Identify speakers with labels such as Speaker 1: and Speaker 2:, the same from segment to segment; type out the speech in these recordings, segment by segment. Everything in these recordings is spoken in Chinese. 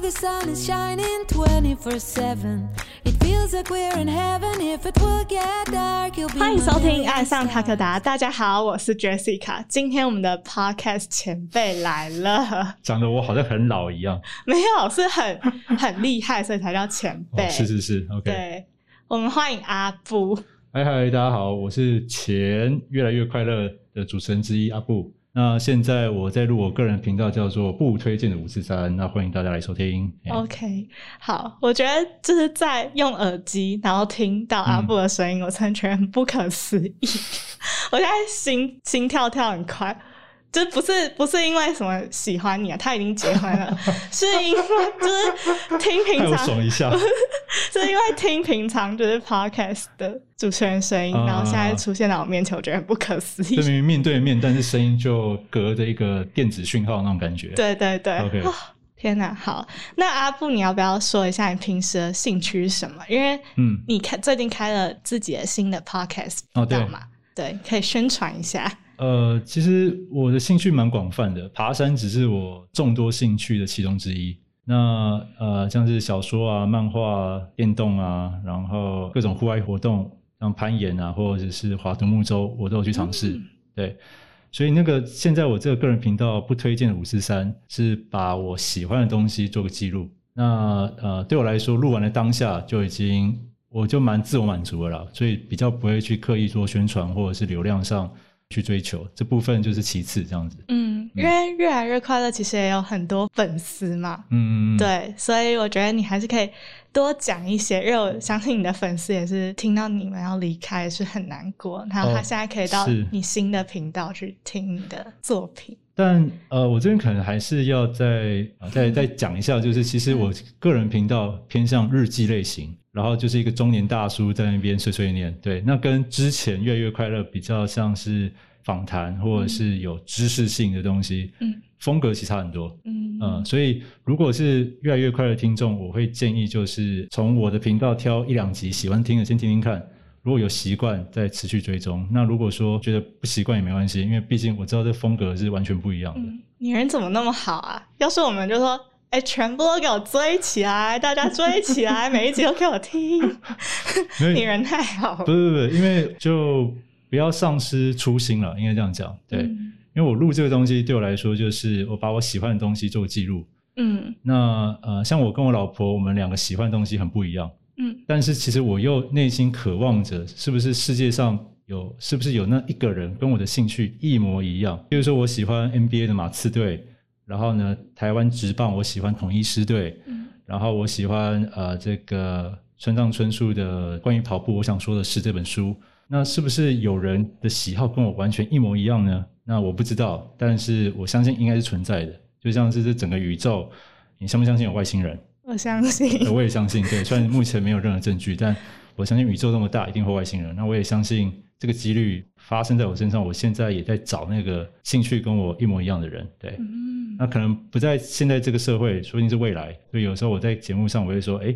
Speaker 1: the sun is shining 24 7. It feels like we're in heaven. If it will get dark, you'll be.
Speaker 2: 欢迎
Speaker 1: my
Speaker 2: 收听《
Speaker 1: very
Speaker 2: 爱上
Speaker 1: star
Speaker 2: 塔克达》，大家好，我是 Jessica。今天我们的 Podcast 前辈来了，
Speaker 3: 长得我好像很老一样。
Speaker 2: 没有是很很厉害，所以才叫前辈。
Speaker 3: 哦、是是是，OK。
Speaker 2: 对，我们欢迎阿布。
Speaker 3: 嗨嗨，大家好，我是前越来越快乐的主持人之一阿布。那现在我在录我个人频道，叫做不推荐的五四三，那欢迎大家来收听。哎
Speaker 2: OK，好，我觉得就是在用耳机，然后听到阿布的声音，我真的觉得很不可思议。 我现在心心跳跳很快，就不是不是因为什么喜欢你啊，他已经结婚了，是因为 就是听平
Speaker 3: 害我
Speaker 2: 常
Speaker 3: 爽 一下，
Speaker 2: 是因为听平常就是 podcast 的主持人声音，
Speaker 3: 啊
Speaker 2: 然后现在出现在我面前，我觉得很不可思
Speaker 3: 这
Speaker 2: 议。
Speaker 3: 明明面对面，但是声音就隔着一个电子讯号那种感觉。
Speaker 2: 对对对
Speaker 3: OK
Speaker 2: 哦天哪！好，那阿布，你要不要说一下你平时的兴趣是什么？因为
Speaker 3: 嗯，
Speaker 2: 你开最近开了自己的新的 podcast
Speaker 3: 哦
Speaker 2: 频道嘛，对，可以宣传一下。
Speaker 3: 呃，其实我的兴趣蛮广泛的，爬山只是我众多兴趣的其中之一。那呃，像是小说啊、漫画、啊、电动啊，然后各种户外活动，像攀岩啊，或者是划独木舟，我都有去尝试。对，所以那个现在我这个个人频道不推荐的五四三，是把我喜欢的东西做个记录。那呃，对我来说，录完的当下就已经我就蛮自我满足了啦，所以比较不会去刻意做宣传或者是流量上去追求这部分，就是其次这样子。
Speaker 2: 嗯，因为越来越快乐其实也有很多粉丝嘛，
Speaker 3: 嗯，，
Speaker 2: 对，所以我觉得你还是可以多讲一些，因为我相信你的粉丝也是听到你们要离开是很难过，然后他
Speaker 3: 哦
Speaker 2: 现在可以到
Speaker 3: 是
Speaker 2: 你新的频道去听你的作品。
Speaker 3: 但呃，我这边可能还是要再呃再再讲一下，就是其实我个人频道偏向日记类型，然后就是一个中年大叔在那边碎碎念，对，那跟之前越来越快乐比较像是访谈或者是有知识性的东西，
Speaker 2: 嗯，
Speaker 3: 风格其实差很多。
Speaker 2: 嗯
Speaker 3: 嗯，所以如果是越来越快的听众，我会建议就是从我的频道挑一两集喜欢听的先听听看，如果有习惯再持续追踪。那如果说觉得不习惯也没关系，因为毕竟我知道这风格是完全不一样的。
Speaker 2: 嗯，你人怎么那么好啊？要是我们就说，哎、全部都给我追起来，大家追起来，每一集都给我 听。
Speaker 3: 因为
Speaker 2: 嗯 你人太好了。
Speaker 3: 不是不是，不是因为就不要丧失初心了，应该这样讲。对，
Speaker 2: 嗯
Speaker 3: 因为我录这个东西对我来说，就是我把我喜欢的东西做记录。
Speaker 2: 嗯
Speaker 3: 那呃，像我跟我老婆，我们两个喜欢的东西很不一样。
Speaker 2: 嗯
Speaker 3: 但是其实我又内心渴望着，是不是世界上有，是不是有那一个人跟我的兴趣一模一样？比如说，我喜欢 NBA 的马刺队，然后呢，台湾职棒我喜欢统一狮队，
Speaker 2: 嗯
Speaker 3: 然后我喜欢呃这个村上春树的关于跑步，我想说的是这本书。那是不是有人的喜好跟我完全一模一样呢？那我不知道，但是我相信应该是存在的，就像是这整个宇宙，你相不相信有外星 人？
Speaker 2: 我相信
Speaker 3: 呃。我也相信，对，虽然目前没有任何证据，但我相信宇宙那么大，一定会有外星人。那我也相信这个几率发生在我身上。我现在也在找那个兴趣跟我一模一样的人，对。
Speaker 2: 嗯
Speaker 3: 那可能不在现在这个社会，说不定是未来。所以有时候我在节目上我会说，哎，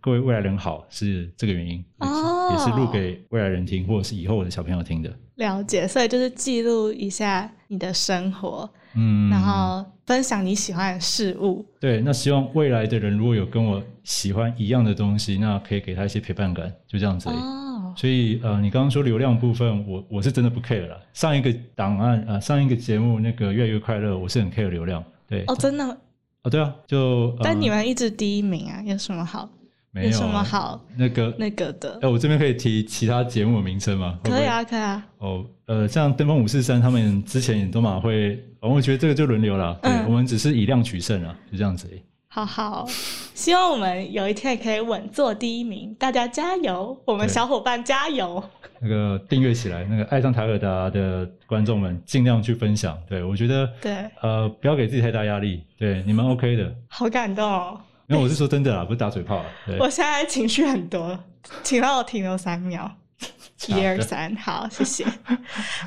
Speaker 3: 各位未来人好，是这个原因，
Speaker 2: 哦
Speaker 3: 也是录给未来人听，或者是以后我的小朋友听的。
Speaker 2: 了解，所以就是记录一下你的生活，
Speaker 3: 嗯，
Speaker 2: 然后分享你喜欢的事物。
Speaker 3: 对，那希望未来的人如果有跟我喜欢一样的东西，那可以给他一些陪伴感，就这样子而已。
Speaker 2: 哦，
Speaker 3: 所以呃，你刚刚说流量部分，我我是真的不 care 了。上一个档案啊、呃上一个节目那个越来越快乐，我是很 care 流量。对，
Speaker 2: 哦，真的，
Speaker 3: 哦对啊，就、呃、
Speaker 2: 但你们一直第一名啊，有什么好？
Speaker 3: 没有
Speaker 2: 什么
Speaker 3: 啊
Speaker 2: 好
Speaker 3: 那个
Speaker 2: 那个的
Speaker 3: 哎、？我这边可以提其他节目的名称吗？会不
Speaker 2: 可
Speaker 3: 会
Speaker 2: 以。啊，可以啊。
Speaker 3: 哦，呃，像登峰五四三他们之前也都蛮会，哦我觉得这个就轮流了。对，
Speaker 2: 嗯
Speaker 3: 我们只是以量取胜啊，就这样子而已。
Speaker 2: 好好，希望我们有一天也可以稳坐第一名，大家加油，我们
Speaker 3: 对
Speaker 2: 小伙伴加油！
Speaker 3: 那个订阅起来，那个爱上塔尔达的观众们尽量去分享。对我觉得，
Speaker 2: 对，
Speaker 3: 呃，不要给自己太大压力。对，你们 OK 的。
Speaker 2: 好感动哦，
Speaker 3: 没有，我是说真的啦，不是打嘴炮啦。对，
Speaker 2: 我现在情绪很多，请让我停留三秒。
Speaker 3: 假的
Speaker 2: 一二三，好，谢谢。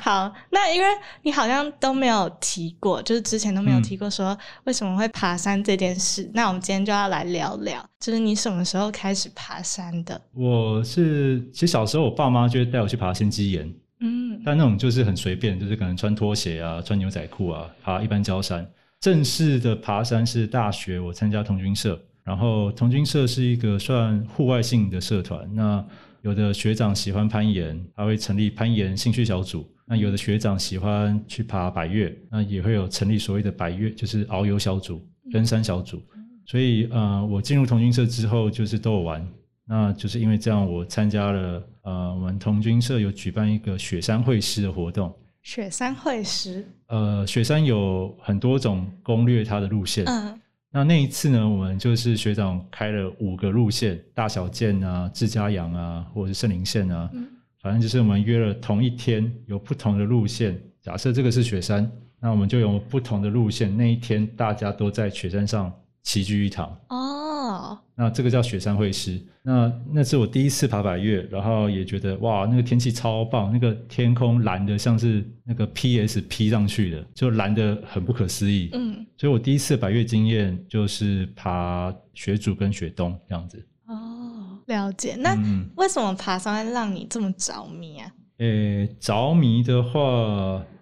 Speaker 2: 好，那因为你好像都没有提过，就是之前都没有
Speaker 3: 嗯
Speaker 2: 提过说为什么会爬山这件事。那我们今天就要来聊聊，就是你什么时候开始爬山的？
Speaker 3: 我是其实小时候我爸妈就会带我去爬仙鸡岩，
Speaker 2: 嗯
Speaker 3: 但那种就是很随便，就是可能穿拖鞋啊、穿牛仔裤啊，爬一般郊山。正式的爬山是大学我参加童军社，然后童军社是一个算户外性的社团。那有的学长喜欢攀岩，他会成立攀岩兴趣小组；那有的学长喜欢去爬百越，那也会有成立所谓的百越，就是遨游小组、
Speaker 2: 嗯
Speaker 3: 登山小组。所以呃，我进入童军社之后，就是都有玩。那就是因为这样，我参加了呃，我们童军社有举办一个雪山会师的活动。
Speaker 2: 雪山会师，
Speaker 3: 呃，雪山有很多种攻略它的路线。
Speaker 2: 嗯，
Speaker 3: 那那一次呢，我们就是学长开了五个路线，大小剑啊、自家阳啊，或者是圣林线啊，
Speaker 2: 嗯
Speaker 3: 反正就是我们约了同一天，有不同的路线。假设这个是雪山，那我们就有不同的路线。那一天大家都在雪山上齐聚一堂，
Speaker 2: 哦，
Speaker 3: 那这个叫雪山会师。那那是我第一次爬百越，然后也觉得哇，那个天气超棒，那个天空蓝的像是那个 PS P 上去的，就蓝的很不可思议。
Speaker 2: 嗯，
Speaker 3: 所以我第一次百越经验就是爬雪主跟雪冬这样子。
Speaker 2: 哦，了解。那
Speaker 3: 嗯，
Speaker 2: 为什么爬山会让你这么着迷啊？
Speaker 3: 诶、呃着迷的话，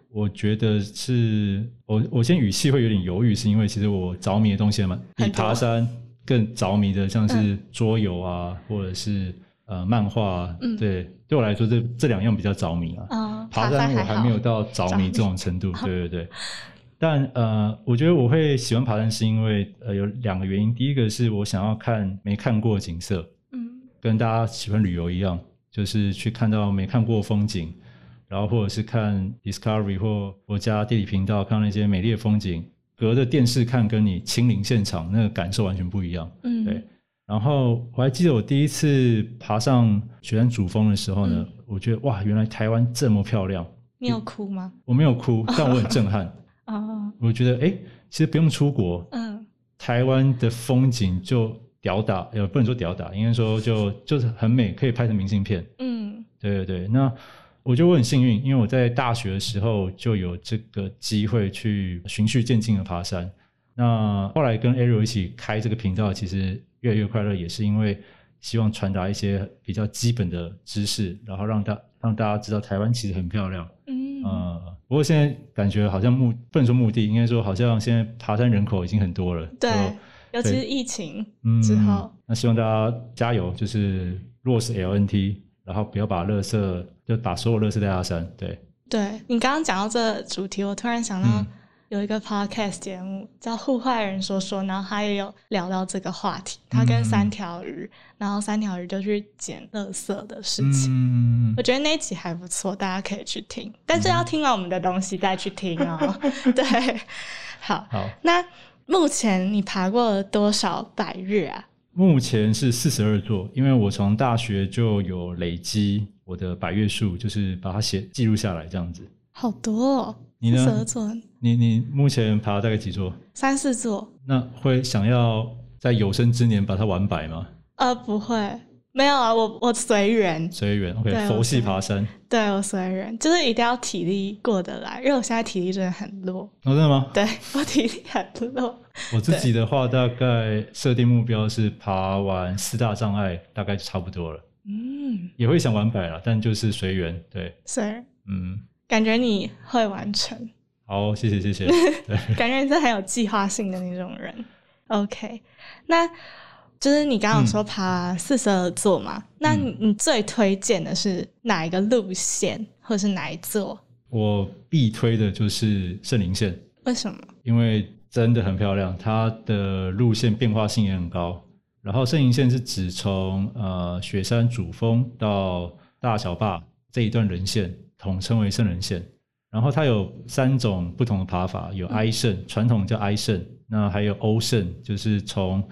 Speaker 3: 我觉得是我我现在语气会有点犹豫，是因为其实我着迷的东西嘛，比
Speaker 2: 很多嗯
Speaker 3: 爬山更着迷的，像是桌游啊，或者是呃漫画、啊，
Speaker 2: 嗯
Speaker 3: 对，对我来说这这两样比较着迷啊。
Speaker 2: 嗯，
Speaker 3: 爬山
Speaker 2: 山
Speaker 3: 我
Speaker 2: 还
Speaker 3: 还
Speaker 2: 好
Speaker 3: 没有到着迷这种程度，对对对。但呃，我觉得我会喜欢爬山是因为呃有两个原因，第一个是我想要看没看过的景色，
Speaker 2: 嗯
Speaker 3: 跟大家喜欢旅游一样，就是去看到没看过的风景，然后或者是看 Discovery 或国家地理频道看到那些美丽的风景，隔着电视看跟你亲临现场那个感受完全不一样。
Speaker 2: 嗯，
Speaker 3: 对，然后我还记得我第一次爬上雪山主峰的时候呢，我觉得哇，原来台湾这么漂亮。
Speaker 2: 你有哭吗？
Speaker 3: 我没有哭，但我很震撼。
Speaker 2: 哦，
Speaker 3: 我觉得，哎、其实不用出国，
Speaker 2: 嗯
Speaker 3: 台湾的风景就屌打，也不能说屌打，应该说就就是很美，可以拍成明信片。
Speaker 2: 嗯
Speaker 3: 对对对，那我觉得我很幸运，因为我在大学的时候就有这个机会去循序渐进的爬山。那后来跟 Ariel 一起开这个频道，其实越来越快乐，也是因为希望传达一些比较基本的知识，然后让大让大家知道台湾其实很漂亮。
Speaker 2: 嗯，
Speaker 3: 呃，不过现在感觉好像目不能说目的，应该说好像现在爬山人口已经很多了。
Speaker 2: 对
Speaker 3: 就，
Speaker 2: 尤其
Speaker 3: 对
Speaker 2: 是疫情，
Speaker 3: 嗯，
Speaker 2: 之后
Speaker 3: 那希望大家加油，就是落实 LNT，然后不要把垃圾就把所有垃圾带下山。对，
Speaker 2: 对你刚刚讲到这个主题，我突然想到
Speaker 3: 嗯
Speaker 2: 有一个 podcast 节目叫《户外人说说》，然后他也有聊到这个话题，他
Speaker 3: 嗯
Speaker 2: 跟
Speaker 3: 嗯
Speaker 2: 三条鱼，然后三条鱼就去捡垃圾的事情。
Speaker 3: 嗯
Speaker 2: 我，觉得那一集还不错，大家可以去听，但是要听完我们的东西再去听 哦。对，好，
Speaker 3: 好，
Speaker 2: 那目前你爬过了多少百日啊？
Speaker 3: 目前是四十二座，因为我从大学就有累积我的百越数，就是把它写记录下来这样子。
Speaker 2: 好多哦，
Speaker 3: 你呢
Speaker 2: 四十二座，
Speaker 3: 你你目前爬大概几座？
Speaker 2: 三四座？
Speaker 3: 那会想要在有生之年把它完百吗？
Speaker 2: 呃，不会，没有啊，我我随缘，
Speaker 3: 随缘，OK，
Speaker 2: 对
Speaker 3: 佛系
Speaker 2: 我
Speaker 3: 爬山。哦
Speaker 2: 对我随缘，就是一定要体力过得来，因为我现在体力真的很弱，
Speaker 3: 哦，真的吗？
Speaker 2: 对我体力很弱，
Speaker 3: 我自己的话，大概设定目标是爬完四大障碍，大概就差不多了。
Speaker 2: 嗯，
Speaker 3: 也会想玩百了，但就是随缘。对，
Speaker 2: 随缘，
Speaker 3: 嗯，
Speaker 2: 感觉你会完成。
Speaker 3: 好，谢谢谢谢。对，
Speaker 2: 感觉你是很有计划性的那种人。OK，那就是你刚刚有说爬四十二座嘛，那你你最推荐的是哪一个路线，或是哪一座？
Speaker 3: 我必推的就是圣灵线，
Speaker 2: 为什么？
Speaker 3: 因为真的很漂亮，它的路线变化性也很高。然后圣灵线是指从呃雪山主峰到大小坝这一段人线，统称为圣人线。然后它有三种不同的爬法，有
Speaker 2: 嗯
Speaker 3: 埃圣，传统叫埃圣，那还有欧圣，就是从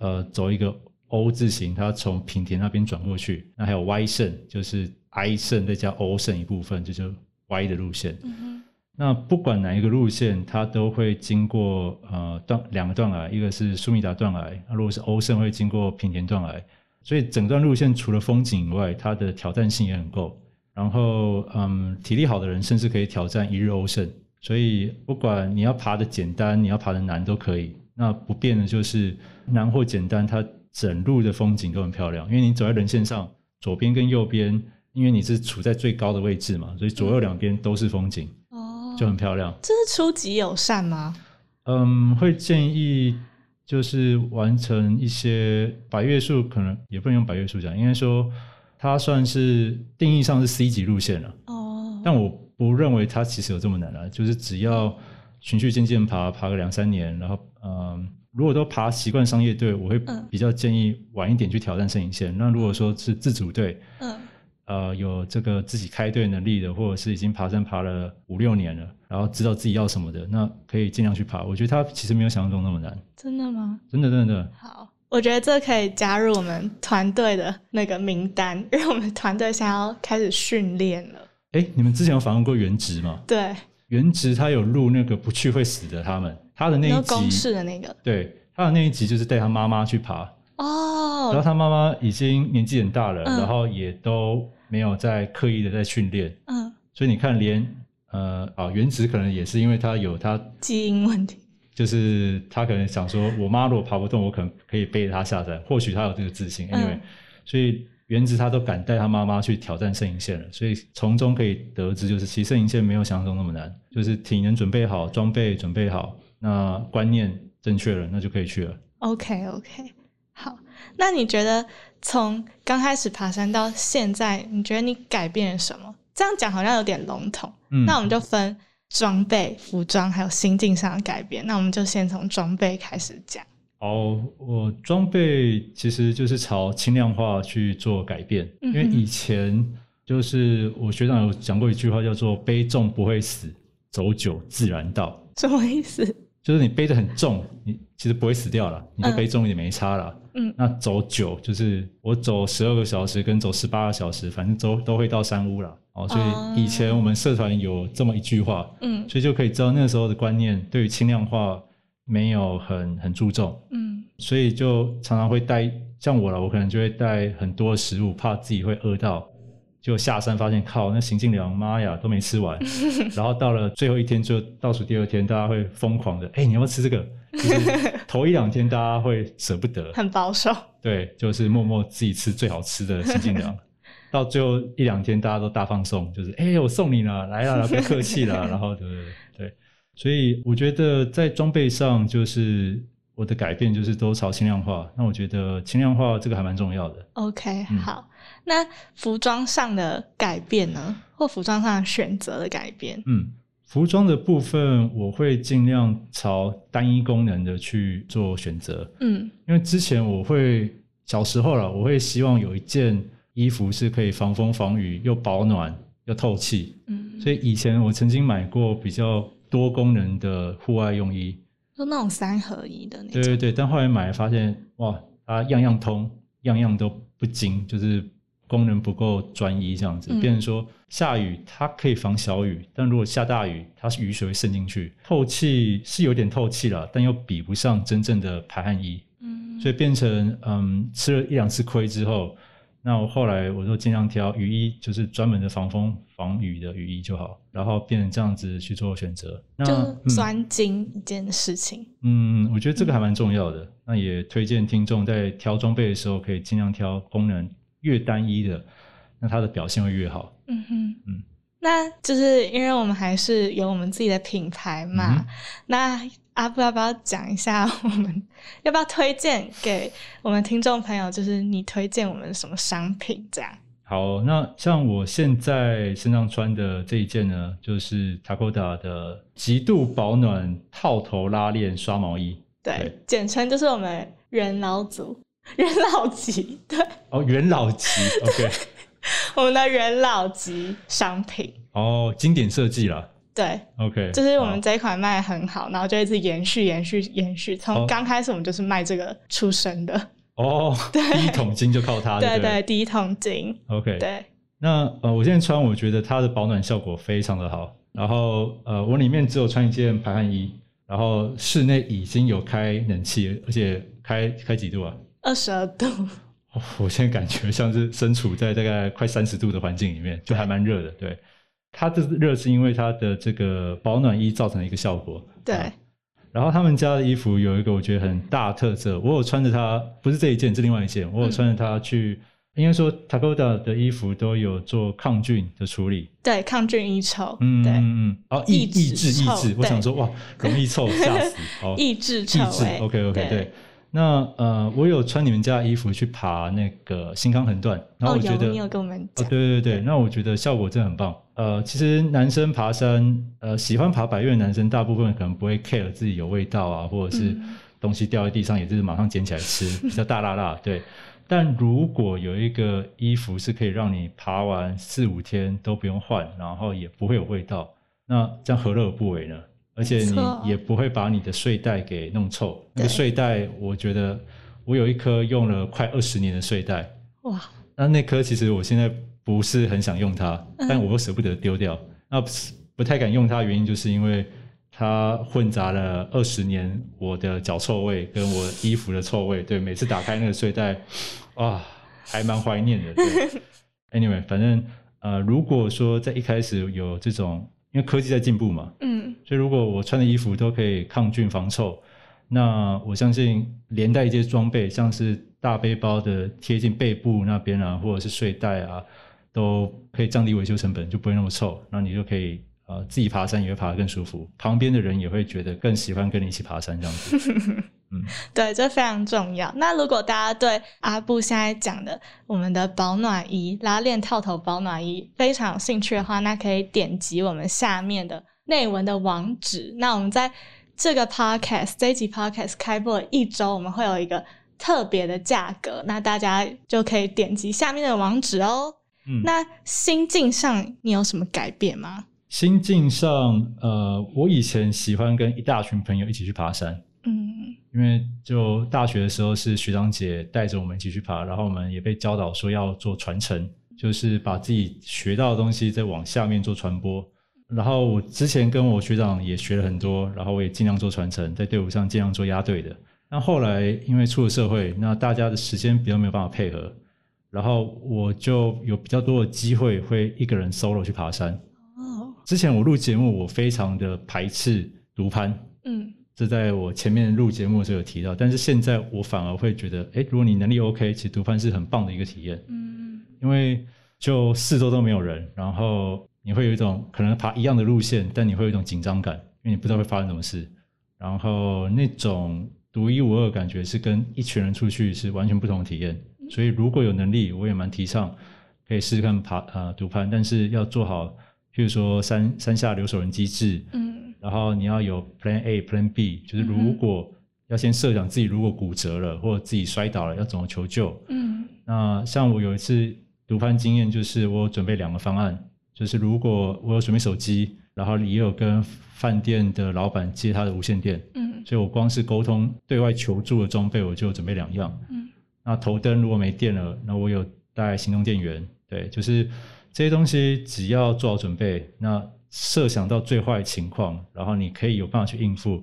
Speaker 3: 呃走一个 O 字形，它从平田那边转过去。那还有 Y 圣，就是埃圣再加欧圣一部分，这就是 Y 的路线。
Speaker 2: 嗯
Speaker 3: 那不管哪一个路线，它都会经过呃断两个断崖，一个是苏米达断崖，那如果是欧胜会经过平田断崖，所以整段路线除了风景以外，它的挑战性也很够。然后嗯，体力好的人甚至可以挑战一日欧胜，所以不管你要爬的简单，你要爬的难都可以。那不变的就是难或简单，它整路的风景都很漂亮，因为你走在人线上，左边跟右边，因为你是处在最高的位置嘛，所以左右两边都是风景。
Speaker 2: 哼，哦，
Speaker 3: 就很漂亮。
Speaker 2: 这是初级友善吗？
Speaker 3: 嗯，会建议就是完成一些百越树，可能也不能用百越树讲，应该说它算是定义上是 C 级路线了。
Speaker 2: 哦，
Speaker 3: 但我不认为它其实有这么难啊，就是只要循序渐进爬，爬个两三年，然后嗯，如果都爬习惯商业队，我会
Speaker 2: 嗯
Speaker 3: 比较建议晚一点去挑战摄影线。那如果说是自主队，
Speaker 2: 嗯
Speaker 3: 呃，有这个自己开队能力的，或者是已经爬山爬了五六年了，然后知道自己要什么的，那可以尽量去爬。我觉得它其实没有想象中那么难，
Speaker 2: 真的吗？
Speaker 3: 真的真的。
Speaker 2: 好，我觉得这可以加入我们团队的那个名单，因为我们团队想要开始训练了。
Speaker 3: 哎，你们之前有访问过原植吗？
Speaker 2: 对，
Speaker 3: 原植他有录那个不去会死的他们，他的那
Speaker 2: 那
Speaker 3: 一
Speaker 2: 个公
Speaker 3: 集，
Speaker 2: 式的那个
Speaker 3: 对，他的那一集就是带他妈妈去爬，然后
Speaker 2: 哦，
Speaker 3: 他妈妈已经年纪很大了，
Speaker 2: 嗯
Speaker 3: 然后也都没有在刻意的在训练，
Speaker 2: 嗯，
Speaker 3: 所以你看连，呃啊原植可能也是因为他有他
Speaker 2: 基因问题，
Speaker 3: 就是他可能想说，我妈如果爬不动，我可能可以背着她下山，或许他有这个自信。
Speaker 2: 嗯
Speaker 3: Anyway，、所以原子他都敢带他妈妈去挑战摄影线了，所以从中可以得知，就是其实摄影线没有想象中那么难，就是体能准备好，装备准备好，那观念正确了，那就可以去了。
Speaker 2: OK OK，好，那你觉得从刚开始爬山到现在，你觉得你改变了什么？这样讲好像有点笼统，
Speaker 3: 嗯，
Speaker 2: 那我们就分装备、服装还有心境上的改变。那我们就先从装备开始讲。
Speaker 3: 哦，我装备其实就是朝轻量化去做改变，因为
Speaker 2: 嗯哼
Speaker 3: 以前就是我学长有讲过一句话，叫做“背重不会死，走久自然到”。
Speaker 2: 什么意思？
Speaker 3: 就是你背得很重，你其实不会死掉了，你就背重一点没差了。
Speaker 2: 嗯
Speaker 3: 那走久就是我走十二个小时跟走十八个小时，反正都都会到山屋了。哦，所
Speaker 2: 哦
Speaker 3: 以以前我们社团有这么一句话，
Speaker 2: 嗯
Speaker 3: 所以就可以知道那时候的观念对于轻量化没有很很注重，
Speaker 2: 嗯
Speaker 3: 所以就常常会带像我了，我可能就会带很多食物，怕自己会饿到。就下山发现，靠，那行进粮，妈呀，都没吃完。然后到了最后一天，就倒数第二天，大家会疯狂的，哎、你要不要吃这个？就是头一两天大家会舍不得，
Speaker 2: 很保守。
Speaker 3: 对，就是默默自己吃最好吃的行进粮。到最后一两天，大家都大放送，就是哎、我送你了，来啦，不客气啦。然后对对对，所以我觉得在装备上，就是我的改变就是都朝轻量化。那我觉得轻量化这个还蛮重要的。
Speaker 2: OK，
Speaker 3: 嗯
Speaker 2: 好。那服装上的改变呢，或服装上的选择的改变？
Speaker 3: 嗯，服装的部分我会尽量朝单一功能的去做选择，
Speaker 2: 嗯
Speaker 3: 因为之前我会小时候了，我会希望有一件衣服是可以防风防雨又保暖又透气，
Speaker 2: 嗯，
Speaker 3: 所以以前我曾经买过比较多功能的户外用衣，
Speaker 2: 就那种三合一的那
Speaker 3: 对
Speaker 2: 种。
Speaker 3: 对对，但后来买了发现哇，它样样通，样样都不精，就是功能不够专一这样子，
Speaker 2: 嗯
Speaker 3: 变成说下雨它可以防小雨，但如果下大雨，它是雨水会渗进去，透气是有点透气了，但又比不上真正的排汗衣，
Speaker 2: 嗯，
Speaker 3: 所以变成嗯吃了一两次亏之后。那我后来我就尽量挑雨衣，就是专门的防风防雨的雨衣就好，然后变成这样子去做选择。那
Speaker 2: 就
Speaker 3: 嗯
Speaker 2: 是专精一件事情。
Speaker 3: 嗯，我觉得这个还蛮重要的。那也推荐听众在挑装备的时候，可以尽量挑功能越单一的，那它的表现会越好。
Speaker 2: 嗯哼，
Speaker 3: 嗯
Speaker 2: 那就是因为我们还是有我们自己的品牌嘛。
Speaker 3: 嗯哼
Speaker 2: 那阿布要不要讲一下我们要不要推荐给我们听众朋友？就是你推荐我们什么商品这样？
Speaker 3: 好，那像我现在身上穿的这一件呢，就是 Takoda 的极度保暖套头拉链刷毛衣。
Speaker 2: 对
Speaker 3: 对，
Speaker 2: 简称就是我们元老组、元老级，对，
Speaker 3: 哦，元老级，OK，
Speaker 2: 我们的元老级商品，
Speaker 3: 哦，经典设计啦
Speaker 2: 对，
Speaker 3: ，OK，
Speaker 2: 就是我
Speaker 3: 好
Speaker 2: 们这一款卖得很好，然后就一直延续、延续、延续，
Speaker 3: 哦
Speaker 2: 从刚开始我们就是卖这个出身的，
Speaker 3: 哦，第一桶金就靠它，
Speaker 2: 对
Speaker 3: 啊对
Speaker 2: 对，第一桶金，
Speaker 3: o k
Speaker 2: 对，
Speaker 3: 那呃，我现在穿，我觉得它的保暖效果非常的好。然后呃，我里面只有穿一件排汗衣，然后室内已经有开冷气，而且开开几度啊？
Speaker 2: 二十二度，
Speaker 3: 哦我现在感觉像是身处在大概快三十度的环境里面，就还蛮热的。对，它的热是因为它的这个保暖衣造成的一个效果。啊
Speaker 2: 对，
Speaker 3: 然后他们家的衣服有一个我觉得很大的特色，我有穿着它，不是这一件，是另外一件，我有穿着它去应该说 Takoda 的衣服都有做抗菌的处理，
Speaker 2: 对，抗菌一臭，
Speaker 3: 嗯
Speaker 2: 对，
Speaker 3: 嗯嗯，然后抑
Speaker 2: 抑制
Speaker 3: 抑制抑
Speaker 2: 臭
Speaker 3: 制，我
Speaker 2: 对
Speaker 3: 想说哇，容 易臭，吓死，哦，
Speaker 2: 抑制欸
Speaker 3: 抑
Speaker 2: 臭哎
Speaker 3: 制
Speaker 2: 味。
Speaker 3: OK OK 对。那呃，我有穿你们家的衣服去爬那个新康横断，然后
Speaker 2: 哦，
Speaker 3: 我觉
Speaker 2: 有
Speaker 3: 得
Speaker 2: 你有跟我们
Speaker 3: 哦，
Speaker 2: 讲，
Speaker 3: 对对对，那我觉得效果真的很棒。呃，其实男生爬山，呃，喜欢爬百越的男生，大部分可能不会 care 自己有味道啊，或者
Speaker 2: 嗯
Speaker 3: 是东西掉在地上，也就是马上捡起来吃， 比较大辣辣。对，但如果有一个衣服是可以让你爬完四五天都不用换，然后也不会有味道，那这样何乐而不为呢？而且
Speaker 2: 没
Speaker 3: 你
Speaker 2: 错
Speaker 3: 也不会把你的睡袋给弄臭。那个
Speaker 2: 对
Speaker 3: 睡袋，我觉得我有一颗用了快二十年的睡袋，
Speaker 2: 哇，
Speaker 3: 那那颗其实我现在不是很想用它，但我又舍不得丢掉。那不是不太敢用它的原因，就是因为它混杂了二十年我的脚臭味跟我衣服的臭味。对，每次打开那个睡袋，啊，还蛮怀念的。对 anyway，反正呃，如果说在一开始有这种，因为科技在进步嘛，
Speaker 2: 嗯，
Speaker 3: 所以如果我穿的衣服都可以抗菌防臭，那我相信连带一些装备，像是大背包的贴近背部那边啊，或者是睡袋啊，都可以降低维修成本，就不会那么臭。那你就可以呃自己爬山也会爬得更舒服，旁边的人也会觉得更喜欢跟你一起爬山这样子。
Speaker 2: 对，这非常重要。那如果大家对阿布现在讲的我们的保暖衣、拉链套头保暖衣非常有兴趣的话，那可以点击我们下面的内文的网址。那我们在这个 podcast 这一集 podcast 开播了一周，我们会有一个特别的价格，那大家就可以点击下面的网址哦。
Speaker 3: 嗯，
Speaker 2: 那心境上你有什么改变吗？
Speaker 3: 心境上，呃，我以前喜欢跟一大群朋友一起去爬山，
Speaker 2: 嗯，
Speaker 3: 因为就大学的时候是学长姐带着我们一起去爬，然后我们也被教导说要做传承，就是把自己学到的东西再往下面做传播。然后我之前跟我学长也学了很多，然后我也尽量做传承，在队伍上尽量做压队的。那后来因为出了社会，那大家的时间比较没有办法配合，然后我就有比较多的机会会一个人 solo 去爬山。
Speaker 2: 哦，
Speaker 3: 之前我录节目，我非常的排斥独攀，
Speaker 2: 嗯，
Speaker 3: 这在我前面录节目的时候有提到，但是现在我反而会觉得，诶，如果你能力 OK，其实读番是很棒的一个体验，
Speaker 2: 嗯，
Speaker 3: 因为就四周都没有人，然后你会有一种可能爬一样的路线，但你会有一种紧张感，因为你不知道会发生什么事，然后那种独一无二的感觉是跟一群人出去是完全不同的体验，所以如果有能力，我也蛮提倡可以试试看爬呃独攀，但是要做好，譬如说山山下留守人机制，
Speaker 2: 嗯，
Speaker 3: 然后你要有 Plan A、Plan B，就是如果要先设想自己如果骨折了或者自己摔倒了要怎么求救。
Speaker 2: 嗯，
Speaker 3: 那像我有一次读番经验，就是我有准备两个方案，就是如果我有准备手机，然后也有跟饭店的老板借他的无线电，
Speaker 2: 嗯，
Speaker 3: 所以我光是沟通对外求助的装备我就准备两样。
Speaker 2: 嗯，
Speaker 3: 那头灯如果没电了，那我有带行动电源。对，就是这些东西只要做好准备，那设想到最坏情况，然后你可以有办法去应付。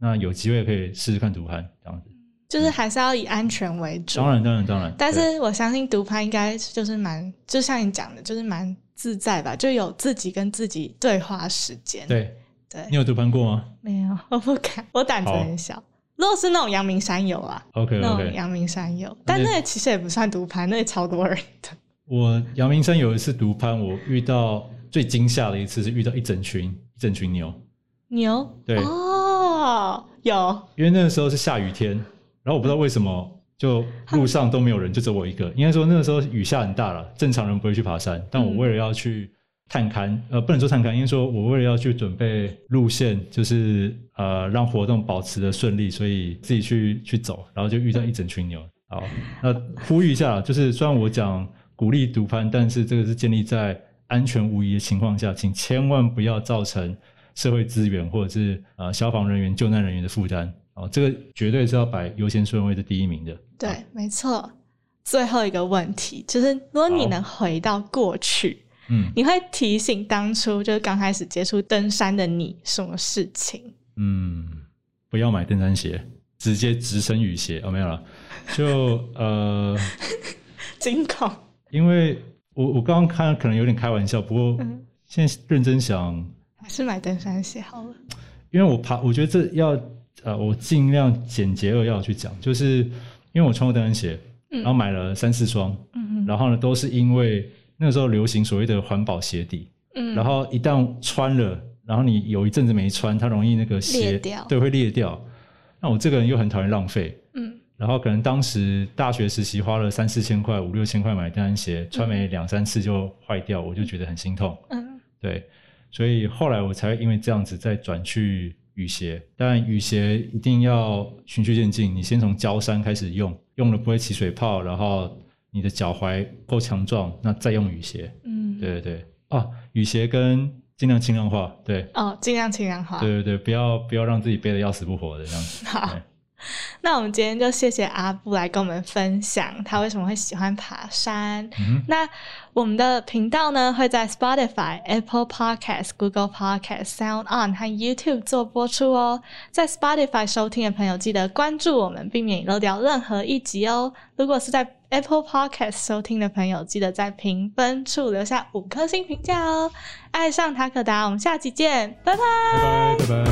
Speaker 3: 那有机会可以试试看独攀这样子。
Speaker 2: 就是还是要以安全为主。
Speaker 3: 嗯当然，当然，当然。
Speaker 2: 但
Speaker 3: 对
Speaker 2: 是我相信独攀应该就是蛮，就像你讲的，就是蛮自在吧，就有自己跟自己对话时间。
Speaker 3: 对，
Speaker 2: 对
Speaker 3: 你有独攀过吗
Speaker 2: 没有，我不敢，我胆子
Speaker 3: 好
Speaker 2: 很小。如果是那种阳明山有啊，
Speaker 3: ？OK
Speaker 2: 那种
Speaker 3: OK，
Speaker 2: 阳明山有，但那个其实也不算独攀，那个超多人的。
Speaker 3: 我阳明山有一次独攀，我遇到最惊吓的一次是遇到一整群一整群牛，
Speaker 2: 牛
Speaker 3: 对
Speaker 2: 哦，有
Speaker 3: 因为那个时候是下雨天，然后我不知道为什么就路上都没有人，就只有我一个。应该说那个时候雨下很大了，正常人不会去爬山，但我为了要去探勘，呃，不能说探勘，应该说我为了要去准备路线，就是呃让活动保持的顺利，所以自己去去走，然后就遇到一整群牛。好，那呼吁一下，就是虽然我讲鼓励独攀，但是这个是建立在安全无疑的情况下，请千万不要造成社会资源或者是呃消防人员、救难人员的负担。哦，这个绝对是要摆优先顺位的第一名的。
Speaker 2: 对，
Speaker 3: 好
Speaker 2: 没错。最后一个问题就是，如果你
Speaker 3: 好
Speaker 2: 能回到过去，
Speaker 3: 嗯
Speaker 2: 你会提醒当初就是刚开始接触登山的你什么事情？
Speaker 3: 嗯，不要买登山鞋，直接直升雨鞋哦，没有了。就呃，
Speaker 2: 惊恐。
Speaker 3: 因为我我刚刚看可能有点开玩笑，不过
Speaker 2: 嗯
Speaker 3: 现在认真想，
Speaker 2: 还是买登山鞋好了。
Speaker 3: 因为我爬，我觉得这要呃，我尽量简洁扼要地去讲，就是因为我穿过登山鞋，
Speaker 2: 嗯
Speaker 3: 然后买了三四双，
Speaker 2: 嗯
Speaker 3: 然后呢，都是因为那个时候流行所谓的环保鞋底，
Speaker 2: 嗯
Speaker 3: 然后一旦穿了，然后你有一阵子没穿，它容易那个鞋
Speaker 2: 裂掉
Speaker 3: 对，会裂掉。那我这个人又很讨厌浪费，
Speaker 2: 嗯
Speaker 3: 然后可能当时大学时期花了三四千块、五六千块买单鞋，穿没两三次就坏掉，我就觉得很心痛。
Speaker 2: 嗯
Speaker 3: 对，所以后来我才会因为这样子再转去雨鞋。但雨鞋一定要循序渐进，你先从胶山开始用，用了不会起水泡，然后你的脚踝够强壮，那再用雨鞋。
Speaker 2: 嗯，
Speaker 3: 对对对，啊，雨鞋跟尽量轻量化，对。
Speaker 2: 哦，尽量轻量化。
Speaker 3: 对对对，不要不要让自己背的要死不活的这样子。
Speaker 2: 好
Speaker 3: 对，
Speaker 2: 那我们今天就谢谢阿布来跟我们分享他为什么会喜欢爬山。
Speaker 3: 嗯哼，
Speaker 2: 那我们的频道呢会在 Spotify、Apple Podcast、Google Podcast、Sound On 和 YouTube 做播出哦。在 Spotify 收听的朋友，记得关注我们，避免漏掉任何一集哦。如果是在 Apple Podcast 收听的朋友，记得在评分处留下五颗星评价哦。爱上塔可达，我们下期见，拜拜。
Speaker 3: 拜拜拜拜。